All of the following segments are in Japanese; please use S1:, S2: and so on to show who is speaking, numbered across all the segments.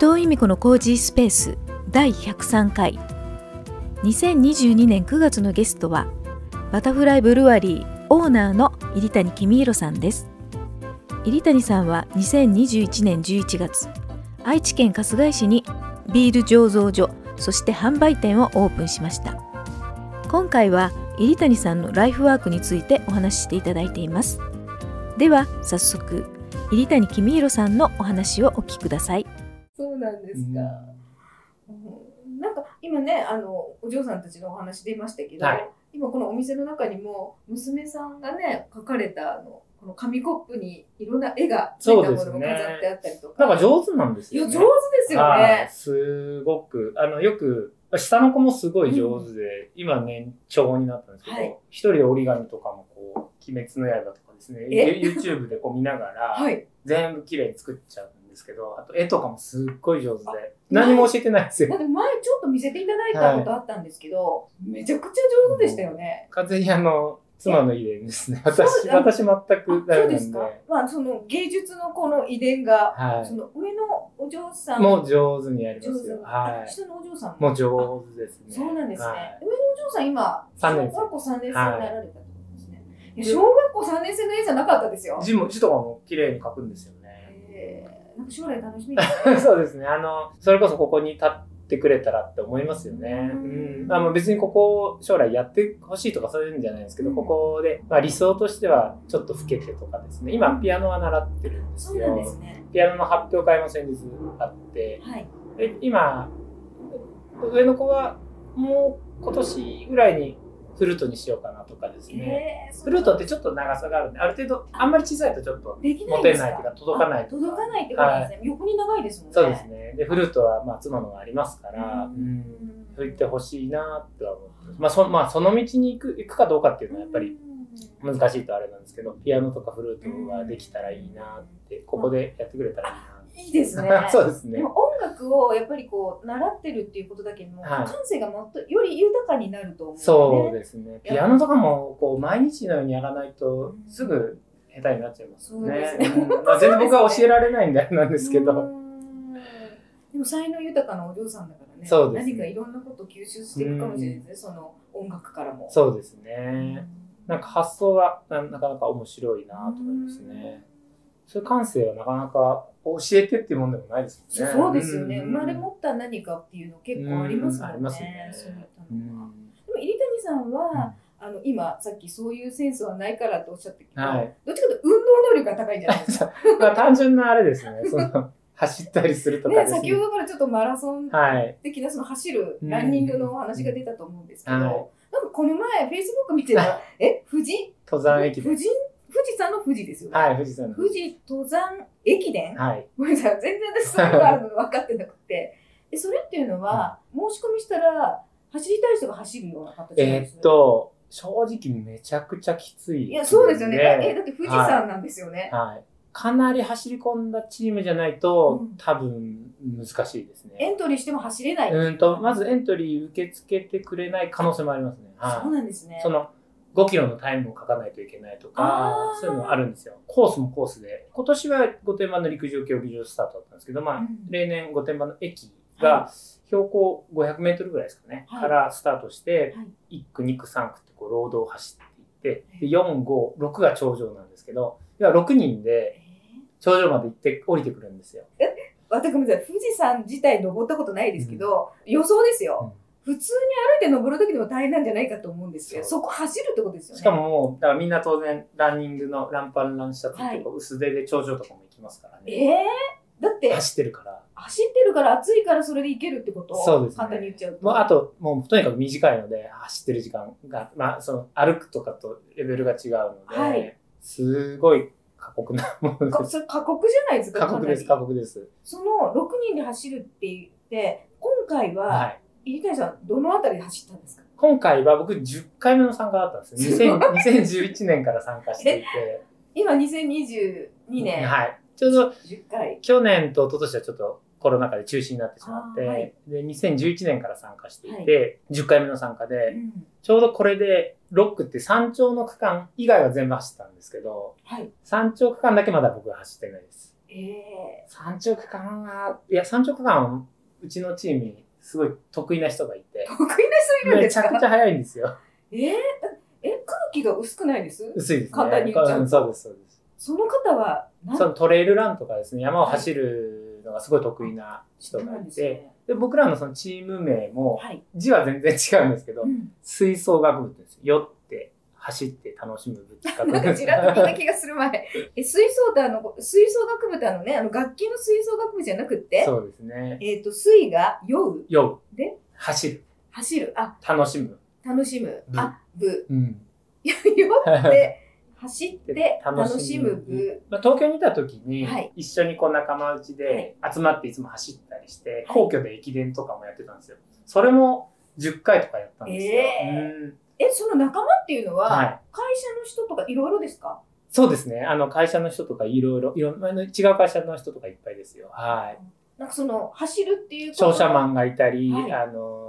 S1: 由美子のコージースペース第103回2022年9月のゲストはバタフライブルワリーオーナーの入谷公弘さんです入谷さんは2021年11月愛知県春日井市にビール醸造所そして販売店をオープンしました今回は入谷さんのライフワークについてお話ししていただいていますでは早速入谷公弘さんのお話をお聞きください
S2: そうなんですか。うんなんか今ねあのお嬢さんたちのお話でいましたけど、
S3: はい
S2: 今このお店の中にも娘さんがね書かれたあのこの紙コップにいろんな絵がついたもの
S3: そ
S2: が飾っ
S3: うですね
S2: てあったりとか。
S3: なんか上手なんです
S2: いや
S3: よ
S2: 上手
S3: ね。
S2: ですよ
S3: はい
S2: ね。
S3: すごく、あの、よく、下の子もすごい上手で、今ね、長になったんですけど
S2: はい、
S3: 一、人で折り紙とかもこう、鬼滅の刃とかですね、
S2: え
S3: YouTube でこう見ながら、
S2: はい。
S3: 全部綺麗に作っちゃうんですけど、あと絵とかもすっごい上手で、何も教えてないんです
S2: だ
S3: よ。
S2: って前ちょっと見せていただいたことあったんですけど、めちゃくちゃ上手でしたよね。
S3: 完全にあの、妻の家ですね。
S2: そう
S3: 私、
S2: なん
S3: 私全く
S2: あ
S3: ダ
S2: そう
S3: メ
S2: で
S3: な
S2: す
S3: んで。
S2: か。まあその芸術のこの遺伝が、そ
S3: は
S2: の上のお嬢さ
S3: い。
S2: ん
S3: もう上手にやり
S2: 上
S3: ます
S2: 手
S3: よ。
S2: な、
S3: は
S2: 下のお嬢さんも
S3: い。もう上手ですね。
S2: そうなんですね。
S3: はい
S2: 上のお嬢さん今、
S3: 三年生
S2: 小学校3年生になられたってことですね。いや小学校3年生の絵じゃなかったですよ。
S3: 字も字とかも綺麗に書くんですよね。
S2: えーなんか将来楽しみですね。
S3: そうですね。あの、それこそここに立ってくれたらって思いますよね。
S2: う
S3: うんん。まあもう別にここを将来やってほしいとかそういうんじゃないですけど、
S2: うん
S3: ここで、まあ理想としてはちょっと老けてとかですね。今ピアノは習ってるんで
S2: そ
S3: す
S2: うなんで
S3: よ
S2: す。ね。
S3: ピアノの発表会も先日あって、
S2: はい。
S3: で今、上の子はもう今年ぐらいにフルートにしようかなとかですね。
S2: えー
S3: フルートってちょっと長さがあるんで、ある程度、あんまり小さいとちょっと
S2: できな
S3: 持
S2: い
S3: て
S2: です
S3: ない
S2: か
S3: というか届かないとか
S2: 届かないってことですね。横に長いですもんね。
S3: そうですね。で、フルートは、まあ、妻のがありますから、うん。
S2: ん
S3: そう言ってほしいなっては思ってますまあ、そ、まあ、その道に行く、行くかどうかっていうのはやっぱり
S2: うん
S3: 難しいとあれなんですけど、ピアノとかフルートができたらいいなって、ここでやってくれたらいい
S2: いいですね
S3: な。。 そうです
S2: で
S3: ね。
S2: も音楽をやっぱりこう習ってるっていうことだけでも、
S3: はい
S2: 感性がもっとより豊かになると思うんで
S3: そうですね。ピアノとかも、こう、毎日のようにやらないと、すぐ下手になっちゃいますよ
S2: そうで
S3: ね
S2: すね。
S3: うんまあ、全然僕は教えられないんであれなんですけ
S2: うー
S3: ど。
S2: んでも才能豊かなお嬢さんだからね
S3: そうですね
S2: 何かいろんなことを吸収していくかもしれないですね、その音楽からも。
S3: そうです
S2: う
S3: ね。
S2: ん
S3: なんか発想がななかなか面白いなと思いますね。そういう感性はなかなか教えてっていうもんでもないです
S2: そ
S3: もんね。
S2: そうですよね、
S3: うん
S2: 生まれ持った何かっていうの結構ありますもんね。
S3: うんありますね
S2: そういった
S3: う
S2: のは
S3: ん
S2: でも入谷さんは、あの今さっきそういうセンスはないからとおっしゃったけど、
S3: はい。
S2: どっちかというと運動能力が高いんじゃないで すか。
S3: まあ単純なあれです ね。その走ったりするとか
S2: ね、
S3: です
S2: 先
S3: ね
S2: ほ。どからちょっとマラソン
S3: はい。
S2: 的なその走る
S3: うん
S2: ランニングのお話が出たと思うんですけど、
S3: はい
S2: なんかこの前フェイスブック見てた らえ富士
S3: 登山駅
S2: 富
S3: 伝。
S2: 士富士山の富士ですよね。
S3: はい、富士山の。
S2: 富士登山駅伝
S3: はい。
S2: ごめんなさい、全然私そういうのがあるの分かってなくて。で、それっていうのは、申し込みしたら、走りたい人が走るような形なんで
S3: え
S2: す
S3: ーっ。と、正直めちゃくちゃきつい。
S2: いや、そうですよね。だえ、だって富士山なんですよね。
S3: はい。かなり走り込んだチームじゃないと、
S2: うん
S3: 多分難しいですね。
S2: エントリーしても走れない。
S3: うんと、まずエントリー受け付けてくれない可能性もありますね。はい。
S2: そうなんですね。
S3: その5キロのタイムを書かないといけないと
S2: あ
S3: か
S2: ー、
S3: そういうのがあるんですよ。コースもコースで。今年は御殿場の陸上競技場スタートだったんですけど、まあ、
S2: うん
S3: 例年御殿場の駅
S2: は
S3: が標高500メートルぐらいですかね、
S2: はい
S3: からスタートして、
S2: はい
S3: 1区、2区、3区ってこう、ロードを走っていって、で4、5、6が頂上なんですけど、要は6人
S2: え
S3: で頂上まで行って降りてくるんですよ。
S2: ー私ごめんなさい、富士山自体登ったことないですけど、予想ですよ。普通に歩いて登るときでも大変なんじゃないかと思うんですけど、
S3: そ
S2: そこ走るってことですよね。
S3: しかももう、だからみんな当然、ランニングのランパンランシャツっていうか、薄手で頂上とかも行きますから
S2: え
S3: ね。
S2: ーだって、
S3: 走ってるから。
S2: 走ってるから暑いからそれで行けるってこと
S3: そうですね
S2: 簡単に言っちゃうと。
S3: もうあと、もうとにかく短いので、走ってる時間が、まあ、その歩くとかとレベルが違うので、
S2: はい
S3: すごい過酷なもの
S2: か
S3: です。
S2: それ過酷じゃないですか、
S3: 過酷です、
S2: かな
S3: 過酷です。
S2: りその6人で走るって言って、今回
S3: は
S2: は、
S3: い。
S2: 入谷さん、どのあたりで走ったんですか
S3: 今回は僕10回目の参加だったん ですよ。2000 2011年から参加していて。
S2: 今、2022年、
S3: はい。ちょうど
S2: 10回。
S3: 去年と一昨年はちょっとコロナ禍で中止になってしまって、
S2: あーはい
S3: で、2011年から参加していて、10回目の参加で、
S2: うん
S3: ちょうどこれで6区って山頂の区間以外は全部走ったんですけど、
S2: はい。
S3: 山頂区間だけまだ僕は走ってないです。
S2: え
S3: 三直感は、いや、三直感は、うちのチームにすごい得意な人がいて
S2: ー、、得意な人いるん
S3: め
S2: で
S3: ち
S2: す
S3: ゃ
S2: か
S3: くちゃ早いんですよ。
S2: えー、え、空気が薄くないです
S3: 薄いですね。
S2: 簡単に言っちゃう
S3: うんそうです、そうです。
S2: その方は何
S3: そのトレイルランとかですね、山を走るのがすごい得意な人が
S2: ないんです
S3: て、
S2: ね。
S3: で、僕らのそのチーム名も、
S2: はい。
S3: 字は全然違うんですけど
S2: う、ん
S3: 吹奏楽部です。酔って、走って楽しむ部って書くん
S2: なんか
S3: で
S2: ち
S3: す。
S2: らっと聞いた気がする前。え、吹奏ってあの、吹奏楽部ってあのね、あの楽器の吹奏楽部じゃなくって、
S3: そうですね。
S2: えっ、と、水が酔う、
S3: 酔う。
S2: で
S3: 走る。
S2: 走る、あ、
S3: 楽しむ。
S2: 楽しむ、
S3: 部
S2: あ、部。
S3: うん。
S2: 酔って、走って楽しむ部。
S3: まあ、東京にいた時に
S2: はい
S3: 一緒にこう仲間内で集まっていつも走ったりして、皇居で駅伝とかもやってたんですよそれも10回とかやったんですよ、
S2: ええ
S3: うん
S2: え、その仲間っていうの
S3: は
S2: は、
S3: い
S2: 会社の人とかいろいろですか
S3: そうですねあの会社の人とかいろいろいろんな違う会社の人とかいっぱいですよはい
S2: なんかその、走るっていうこと
S3: 商
S2: は
S3: 社マンがいたり、
S2: はい
S3: あの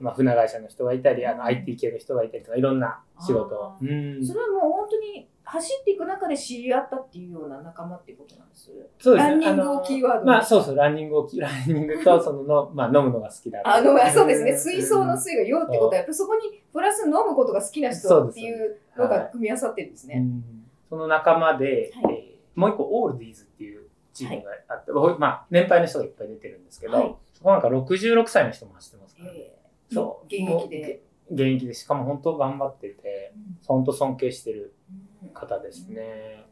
S3: まあ、船会社の人がいたりあ
S2: うん
S3: の IT 系の人がいたりとかいろんな仕事
S2: あ
S3: うん
S2: それはもう本当に走っていく中で知り合ったっていうような仲間っていうことなんです。
S3: そう
S2: ランニングをキーワード
S3: あの
S2: に
S3: まあそうそうランニングをキーラ ンニングとそのの、まあ、飲むのが好きだ
S2: あの、まあそうですね、水槽
S3: うん
S2: の水が用ってことは、やっぱりそこにプラス飲むことが好きな
S3: そ
S2: 人
S3: うで
S2: っ
S3: す
S2: ていうのが組み合わさってるんです
S3: う
S2: ね。
S3: んその仲間で、
S2: はい
S3: えーもう一個オールディーズっていうチームがあって、まあ年配の人がいっぱい出てるんですけど、
S2: はい
S3: そこなんか66歳の人も走ってますから、
S2: えー
S3: そう
S2: 現役で。
S3: もう現役でしかも本当頑張ってて本当尊敬してる
S2: うん
S3: 方ですね、うん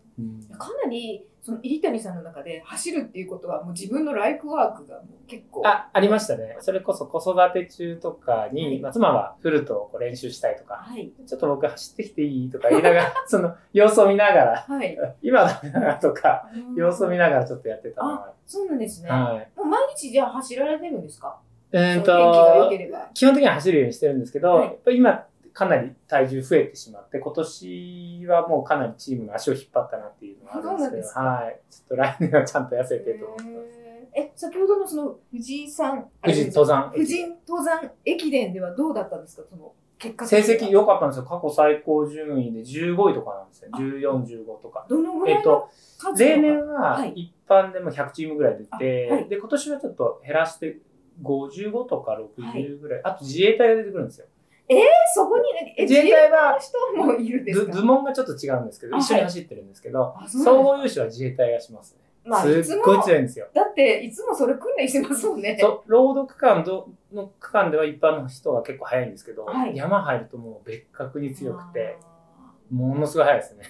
S2: かなり、その入谷さんの中で走るっていうことは、もう自分のライフワークがもう結構。
S3: あありましたねそれこそ子育て中とかに、
S2: はい
S3: まあ、妻がフルトをこう練習したいとか
S2: はい。
S3: ちょっと僕走ってきていいとか言いな がらその様子を見なが
S2: はい。
S3: ら今だめだなとか様子を見
S2: うん
S3: ながらちょっとやってたのが
S2: そうなんですね。も
S3: はい、
S2: う毎日じゃあ走られてるんですか
S3: う
S2: そ
S3: ー
S2: の天
S3: ん
S2: 気が良
S3: と
S2: ければ。
S3: 基本的には走るようにしてるんですけど、
S2: はい
S3: やっぱり今かなり体重増えてしまって今年はもうかなりチームの足を引っ張ったなっていうのはあるんですけど
S2: そう
S3: はいちょっと来年はちゃんと痩せてと思ってます
S2: へーえ、先ほどのその藤井さん、あ
S3: 富士登山
S2: 富士登山駅伝ではどうだったんですか、その結果
S3: 成
S2: 的には
S3: 績良かったんですよ過去最高順位で15位とかなんですよ
S2: あ
S3: 1415とか
S2: どのぐ
S3: え
S2: ら
S3: っ
S2: いの
S3: と
S2: 数の
S3: 例年は
S2: はい
S3: 一般でも100チームぐらい出て、
S2: あはい
S3: で今年はちょっと減らして55とか60ぐらい、あと自衛隊が出てくるんですよ
S2: えそこにねえ
S3: 自
S2: 自
S3: 衛
S2: 衛
S3: 隊
S2: 隊
S3: は
S2: の人もいるんです
S3: 部
S2: か
S3: 部門がちょっと違うんですけど
S2: あ
S3: 一緒に走ってるんですけど、
S2: あそう
S3: 総
S2: なんで
S3: 合優勝は自衛隊がしますね。
S2: まあ
S3: すっごい
S2: いつも
S3: 強いんですよ。
S2: すだっていつもそれ訓練してますもんね
S3: そうロード区間どの区間では一般の人が結構速いんですけど、
S2: はい
S3: 山入るともう別格に強くて、
S2: あ
S3: ものすごい速いですね。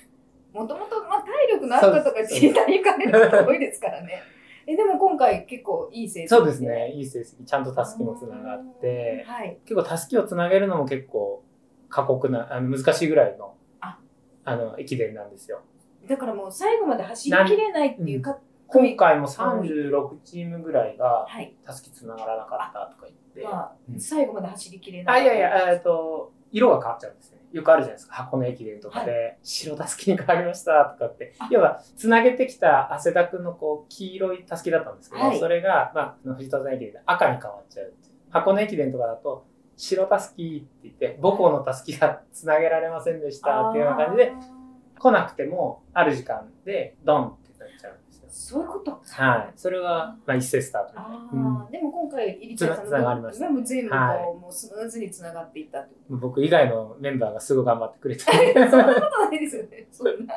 S2: ーもともと、まあ、体力のある方が自衛隊に行かれる人多いですから ねえでも今回結構いい成績
S3: そうですね、いい成績、ちゃんとたすきもつながって、
S2: はい
S3: 結構たすきをつなげるのも結構過酷な、あの難しいぐらいの
S2: あ
S3: あの駅伝なんですよ。
S2: だからもう最後まで走りきれないっていうか、
S3: 今回も36チームぐらいが
S2: はい
S3: たすきつながらなかったとか言って、
S2: まあ、
S3: うん
S2: 最後まで走りきれない
S3: あ、いやいや、えっと、色が変わっちゃうんですね。よくあるじゃないですか。箱根駅伝とかで、白たすきに変わりましたとかって
S2: あ。
S3: 要は、つなげてきた汗だくのこう、黄色いたすきだったんですけど、
S2: はい
S3: それが、まあ、その藤田山駅伝で赤に変わっちゃうっていう。箱根駅伝とかだと、白たすきって言って、母校のたすきがつなげられませんでしたっていうような感じで、
S2: あー
S3: 来なくても、ある時間で、ドンってなっちゃうんですよ。
S2: そういうこと
S3: はい。それが、まあ、一斉スタートみたい
S2: あ
S3: な。
S2: あ、でも今回、入田さんの
S3: つなつながりました
S2: もう全部こう、
S3: は
S2: もうスムーズにつながっていったってこ
S3: うん僕以外のメンバーがすごい頑張って くれて。
S2: とはないですよね、そんな。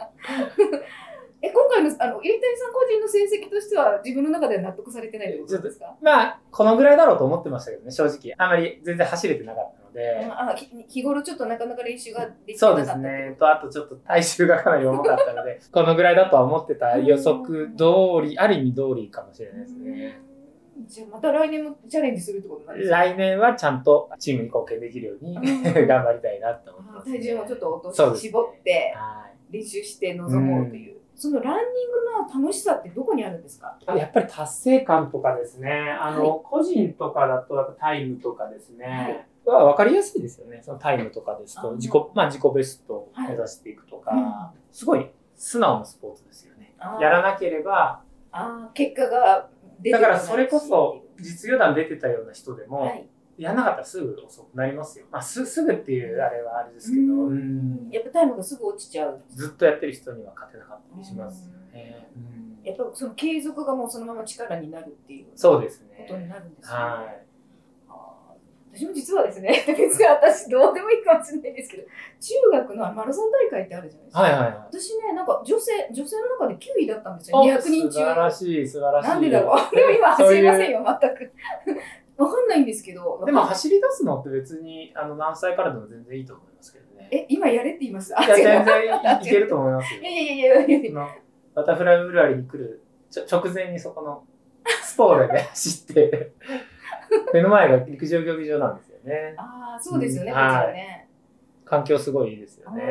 S2: え今回のあの入谷さん個人の成績としては、自分の中では納得されてないってことですか
S3: まあ、このぐらいだろうと思ってましたけどね、正直。あまり全然走れてなかったので。
S2: あひ日頃ちょっとなかなか練習ができてな
S3: そう
S2: か
S3: で
S2: った
S3: す
S2: って
S3: ね。と、あとちょっと体重がかなり重かったの で、このぐらいだとは思ってた予測通り、ある意味通りかもしれないですね。
S2: うんじゃあまた来年もチャレンジするってことなんですか
S3: 来年はちゃんとチームに貢献できるように
S2: うん
S3: 頑張りたいなと思って
S2: あ
S3: ま
S2: ー
S3: すね、
S2: 体重もちょっと落
S3: そう
S2: と
S3: で
S2: し
S3: すね
S2: 絞って
S3: はい
S2: 練習して臨もうという、そのランニングの楽しさってどこにあるんですか
S3: やっぱり達成感とかですね、あの、個人とかだとやっぱタイムとかですね、は分かりやすいですよね。そのタイムとかです
S2: あ
S3: と、
S2: ー
S3: 自己、まあ自己ベストを目指していくとか、
S2: は
S3: すごい素直なスポーツですよね。
S2: あー
S3: やらなければ、
S2: あー結果が出て
S3: だ
S2: こな
S3: か
S2: い
S3: らそれこそ実業団出てたような人でも、
S2: はい、
S3: やらなかったらすぐ遅くなりますよ。まあすすぐっていうあれはあれですけど、
S2: うん
S3: うん
S2: やっぱタイムがすぐ落ちちゃう。
S3: ずっとやってる人には勝てなかったりしますよね。うん
S2: やっぱその継続がもうそのまま力になるっていうこ
S3: そうです
S2: とに
S3: ね。
S2: なるんですね。
S3: はい。
S2: あー私も実はですね、別 に私どうでもいいかもしれないですけど、中学のあのマラソン大会ってあるじゃないですか。
S3: はいはいはい。
S2: 私ね、なんか女性、女性の中で9位だったんですよ、
S3: あ
S2: 200人
S3: 素晴
S2: 中。
S3: らしい、素晴らしい。
S2: なんでだろう。で も今走りませんよ、全く。 わかんないんですけど。
S3: でも走り出すのって別にあの何歳からでも全然いいと思いますけどね。
S2: え、今やれって言います
S3: いや、
S2: いや
S3: 全
S2: い
S3: 然いけると思 いますよ。
S2: やいやいやいや
S3: あのバタフライブルワリーに来るちょ直前にそこのスポーレで 走って、目の前が陸上競技場なんですよね。
S2: ああ、そうですよね、
S3: う
S2: こ
S3: ん
S2: ちらね。
S3: 環境すごいいいですよね。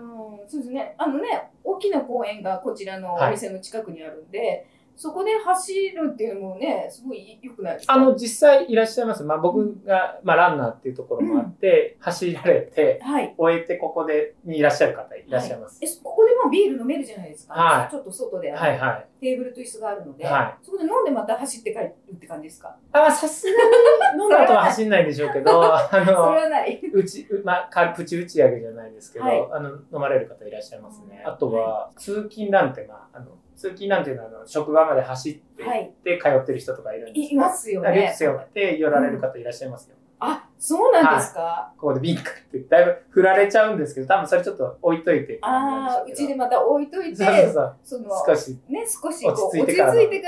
S2: うんそうですね。あのね、大きな公園がこちらのお店の近くにあるんで、そこで走るっていうのもね、すごい良くないですか
S3: あの、実際いらっしゃいます。まあ、僕が、まあ、ランナーっていうところもあって、走られて、
S2: はい。
S3: 終えてここで、にいらっしゃる方いらっしゃいます。
S2: え、ここでもうビール飲めるじゃないですか。
S3: はい
S2: ちょっと外で、
S3: はいはい。
S2: テーブルと椅子があるので、
S3: は
S2: そこで飲んでまた走って帰るって感じですか。
S3: あ、さすがに飲んだ後は走んないんでしょうけど、あ
S2: それ
S3: の、
S2: はない。
S3: うち、うまあ、かプチ打ち上げじゃないですけど、
S2: はい
S3: あの、飲まれる方いらっしゃいますね。あとは、通勤なんて、まあ、あの、通勤なんていうのは、あの、職場まで走って、
S2: はい。
S3: で、通ってる人とかいるんです
S2: いいますよ
S3: よ。リュッ
S2: ね
S3: ク。背負って寄られる方いらっしゃいますよ。
S2: あ、そうなんですか。
S3: ここでビンカって、だいぶ振られちゃうんですけど、多分それちょっと置いといてって感じなん
S2: ああ、う
S3: しょ
S2: ち
S3: け
S2: で
S3: ど。
S2: また置いといて、
S3: そうそうそう。
S2: その、
S3: 少し、
S2: ね、少しこう落
S3: 落
S2: ち着
S3: ち着
S2: い
S3: い
S2: て
S3: て
S2: か
S3: からら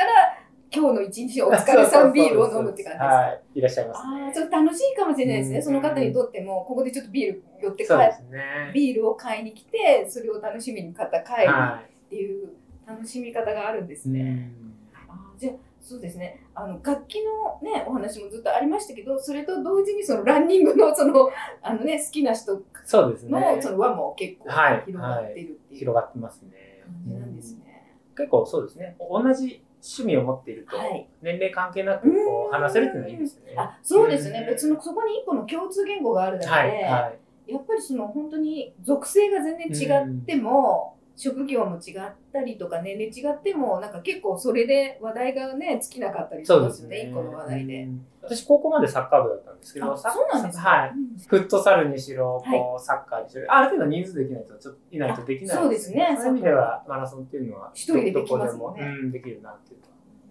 S2: 今日の一日お疲れさんビールを飲むって感じですか。
S3: はい。いらっしゃいますね。
S2: ああ、ちょっと楽しいかもしれないですね。
S3: うん
S2: その方にとっても、ここでちょっとビール寄って帰
S3: そう
S2: っ
S3: ですね。
S2: ビールを買いに来て、それを楽しみに買った帰る
S3: は
S2: っていう楽しみ方があるんです
S3: い。
S2: ね。
S3: うん
S2: あーじゃあそうですねあの楽器の、ね、お話もずっとありましたけどそれと同時にそのランニングのそ のあの、ね、好きな人
S3: そうですね。
S2: のその輪も結構
S3: はい
S2: 広がってるっていう
S3: 広がってますね。
S2: 感じなんですね。
S3: 結構そうですね。同じ趣味を持っていると、
S2: はい、
S3: 年齢関係なくこ
S2: うん
S3: う話せるっていうのはいいですよね。
S2: あそうですね、
S3: うん
S2: 別のそこに一個の共通言語があるだけで、
S3: はい、はい。
S2: やっぱりその本当に属性が全然違っても、職業も違ったりとか年齢違ってもなんか結構それで話題がね尽きなかったりし
S3: そうで
S2: ます
S3: す
S2: よ
S3: ね。
S2: ね一個の話題で。
S3: うん私、高校までサッカー部だったんですけど、
S2: あ
S3: サッ
S2: そうなんですね
S3: はい。
S2: うん
S3: フットサルにしろ、こう、サッカーにしろ、ある程度人数できないと、ちょっと、いないとできない
S2: あそうですね
S3: そういう意味では、マラソンっていうのは、
S2: 一人でできますね
S3: どこでも、うん、できるなっていうのは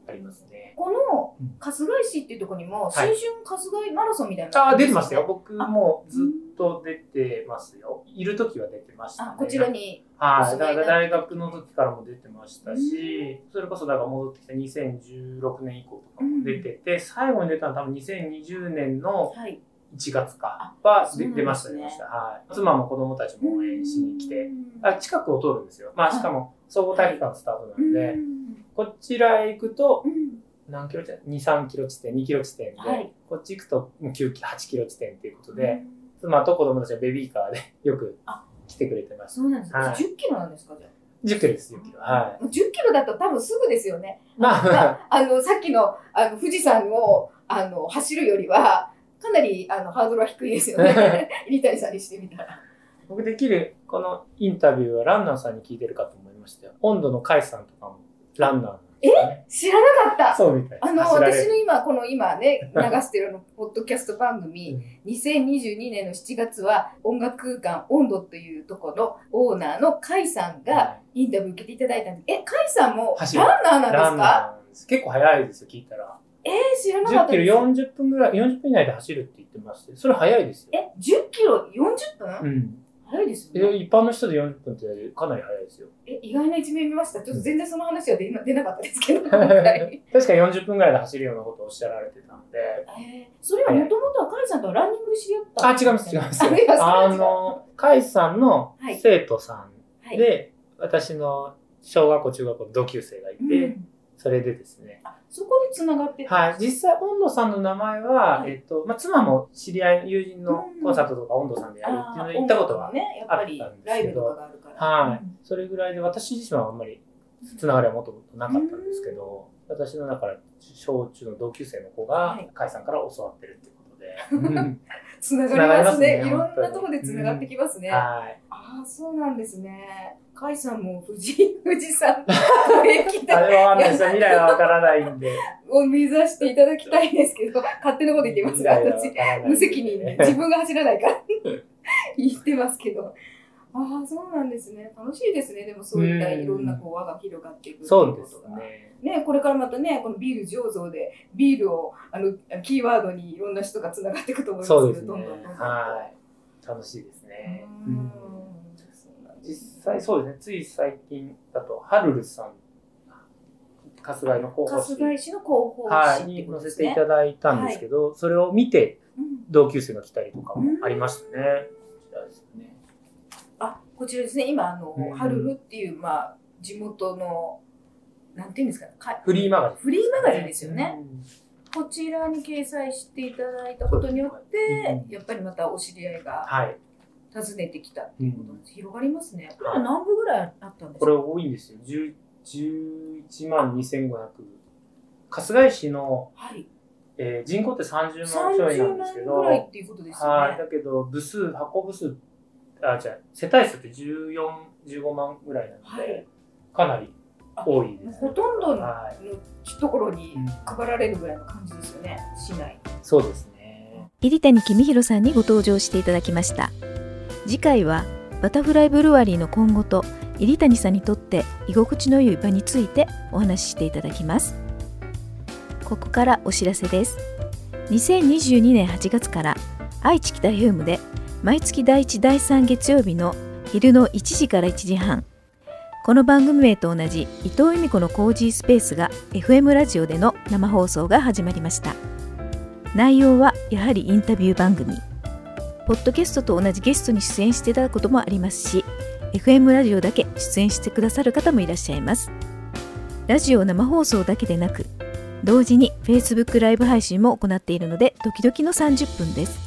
S3: ありますね。
S2: この
S3: うん
S2: 春日井市っていうところにも、
S3: はい
S2: 新春春日井マラソンみたいなの
S3: あ
S2: が
S3: あ、
S2: るん
S3: 出
S2: です
S3: て
S2: ね
S3: ましたよ。。僕もずっと出てますよ。いる時は出てました、ね
S2: あ、。こちらに。
S3: はい。
S2: お住ま
S3: だ
S2: い
S3: か
S2: だ
S3: ら大学の時からも出てましたし、それこそだから戻ってきた2016年以降とかも出てて、最後に出たのは多分2020年の
S2: はい。
S3: 1月か
S2: あ
S3: は
S2: そう
S3: で
S2: なんですね
S3: 出ました、出ました。はい。妻も子供たちも応援しに来て、あ近くを通るんですよ。まあ、しかも総合体育館スタートな
S2: う
S3: の
S2: ん、
S3: で、こちらへ行くと、
S2: うん
S3: 何キロ地点 ?2、3キロ地点、2キロ地点で、
S2: はい
S3: こっち行くともう9キロ、8キロ地点っていうことで、、妻と子供たちはベビーカーでよく
S2: あ
S3: 来てくれてます。
S2: そうなんです
S3: はい
S2: か。10キロなんですか、じゃ
S3: 10キロです、10キロ。は
S2: あ。10キロだと多分すぐですよね。
S3: い。まあまあ、
S2: あの、さっきのあの富士山をあの走るよりは、かなりあのハードルは低いですよ ね。入谷さんにしてみたら。
S3: 僕できるこのインタビューはランナーさんに聞いてるかと思いましたよ。温度の海さんとかもランナーなんですよね。
S2: 知らなかった。
S3: そうみたい。
S2: あの、
S3: 走られ
S2: 私
S3: る
S2: の今、この今ね、流してるあの、ポッドキャスト番組、
S3: うん
S2: 2022年の7月は音楽空間温度というところのオーナーの甲斐さんが
S3: は
S2: インタビュー受けていただいたんでえ甲斐さんも
S3: 走る
S2: ランナー
S3: い
S2: なん
S3: ラン
S2: です
S3: ナ
S2: か
S3: ーなんです。結構早いですよ、聞いたら。
S2: えー、知らなかっ
S3: 10
S2: た
S3: キ
S2: で
S3: ロ
S2: す
S3: 40分ぐらい、40分以内で走るって言ってまして、それ早いですよ。
S2: え10キロ40分、
S3: うん。
S2: 早いです
S3: え
S2: よね
S3: 一般の人で40分ってかなり早いですよ。
S2: え意外な一面見ましたちょっと全然その話は出な出なかったですけ ど今
S3: 確か
S2: 回
S3: に40分ぐらいで走るようなことをおっしゃられてたんで。
S2: えーそれはもともとは甲斐さんとはランニングで知り合った
S3: あ、
S2: ん
S3: 違います、違います。
S2: あいやそれは違
S3: あ
S2: う
S3: の、カイさんの
S2: はい
S3: 生徒さ
S2: は
S3: ん
S2: い
S3: で、私の小学校、中学校の同級生がいて、
S2: うん
S3: それでですね。
S2: あそこでつながってた
S3: はい、実際、温度さんの名前は、
S2: はい
S3: えっと、まあ、妻も知り合い、友人のコンサートとか温度さんでやる
S2: あ
S3: っていうの
S2: ー
S3: で行ったことは
S2: 音楽の、ねやっぱり
S3: あったんで
S2: ライ
S3: すけ
S2: ブ
S3: ど
S2: とかがあるから
S3: はい
S2: うん
S3: それぐらいで、私自身はあんまりつながりはもともとなかったんですけど、私のだから、小中の同級生の子が
S2: はい、
S3: カイさんから教わってるっていうことで。うん
S2: つながりますねい
S3: つながりますね
S2: ろんなところでつながってきますね、
S3: はい。
S2: ああ、そうなんですね。甲斐さんも富士、富士山の駅
S3: あ
S2: で
S3: れはわかんないですよ。未来はわからない んで。
S2: を目指していただきたいですけど、勝手なこと言ってます
S3: 未
S2: が、
S3: 来はわ
S2: 私、
S3: からないんで
S2: 無責任に自分が走らないから言ってますけど。あああ、そうなんですね。楽しいですね。でもそういったいろんなこう輪が広がっていくってい
S3: そうで
S2: こ
S3: す
S2: とが
S3: ね。
S2: ね、これからまたね、このビール醸造で、ビールを、あの、キーワードにいろんな人がつながっていくと思いますけど、
S3: そうですね
S2: どんどんどんどん。
S3: は楽しいですね。
S2: うー
S3: うんん
S2: そうなんです
S3: 実際そうですね、つい最近だと、ハルルさん、春日井の広報誌
S2: 春日井市の広報
S3: は
S2: 誌
S3: い
S2: って
S3: に
S2: ことで
S3: 載せ
S2: す
S3: てい
S2: ね。
S3: ただいたんですけど、それを見て
S2: うん
S3: 同級生が来たりとかもありましたね。こちらですね
S2: あ、こちらですね。今、あの
S3: うん、
S2: ハルルっていう、まあ、地元の、なんていうんですかね。か
S3: フリーマガジン。
S2: フリーマガジンですよね。
S3: うん。
S2: こちらに掲載していただいたことによって、
S3: うん
S2: やっぱりまたお知り合いが
S3: はい。
S2: 訪ねてきたって
S3: う
S2: いうことなん
S3: ん
S2: です。広がりますね。これは何部ぐらいあったんです
S3: こ
S2: か
S3: れ多いんですよ。10 11万2500。春日井市の、
S2: はい。
S3: えー人口って30万ちょいな
S2: 30
S3: んで
S2: 万
S3: すけ
S2: ぐ
S3: ど、
S2: らいっていうことですよ
S3: はい。
S2: ね。
S3: だけど、部数、箱部数、あ、じゃ世帯数って14、15万ぐらいなので、
S2: はい
S3: かなり多いです、
S2: ほとんどの
S3: はい。
S2: ところに配られるぐらいの感じですよね、市内。
S3: そうですね。
S1: 入谷公弘さんにご登場していただきました次回はバタフライブルワリーの今後と入谷さんにとって居心地の良い場についてお話ししていただきますここからお知らせです2022年8月から愛知北ヘウムで毎月第1第3月曜日の昼の1時から1時半この番組名と同じ伊藤由美子のコージースペースが FM ラジオでの生放送が始まりました内容はやはりインタビュー番組ポッドキャストと同じゲストに出演していただくこともありますし FM ラジオだけ出演してくださる方もいらっしゃいますラジオ生放送だけでなく同時に Facebook ライブ配信も行っているので時々の30分です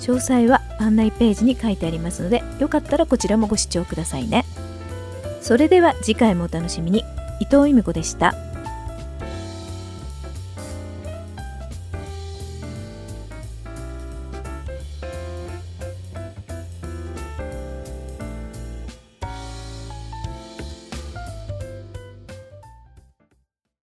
S1: 詳細は案内ページに書いてありますのでよかったらこちらもご視聴くださいねそれでは次回もお楽しみに伊藤由美子でした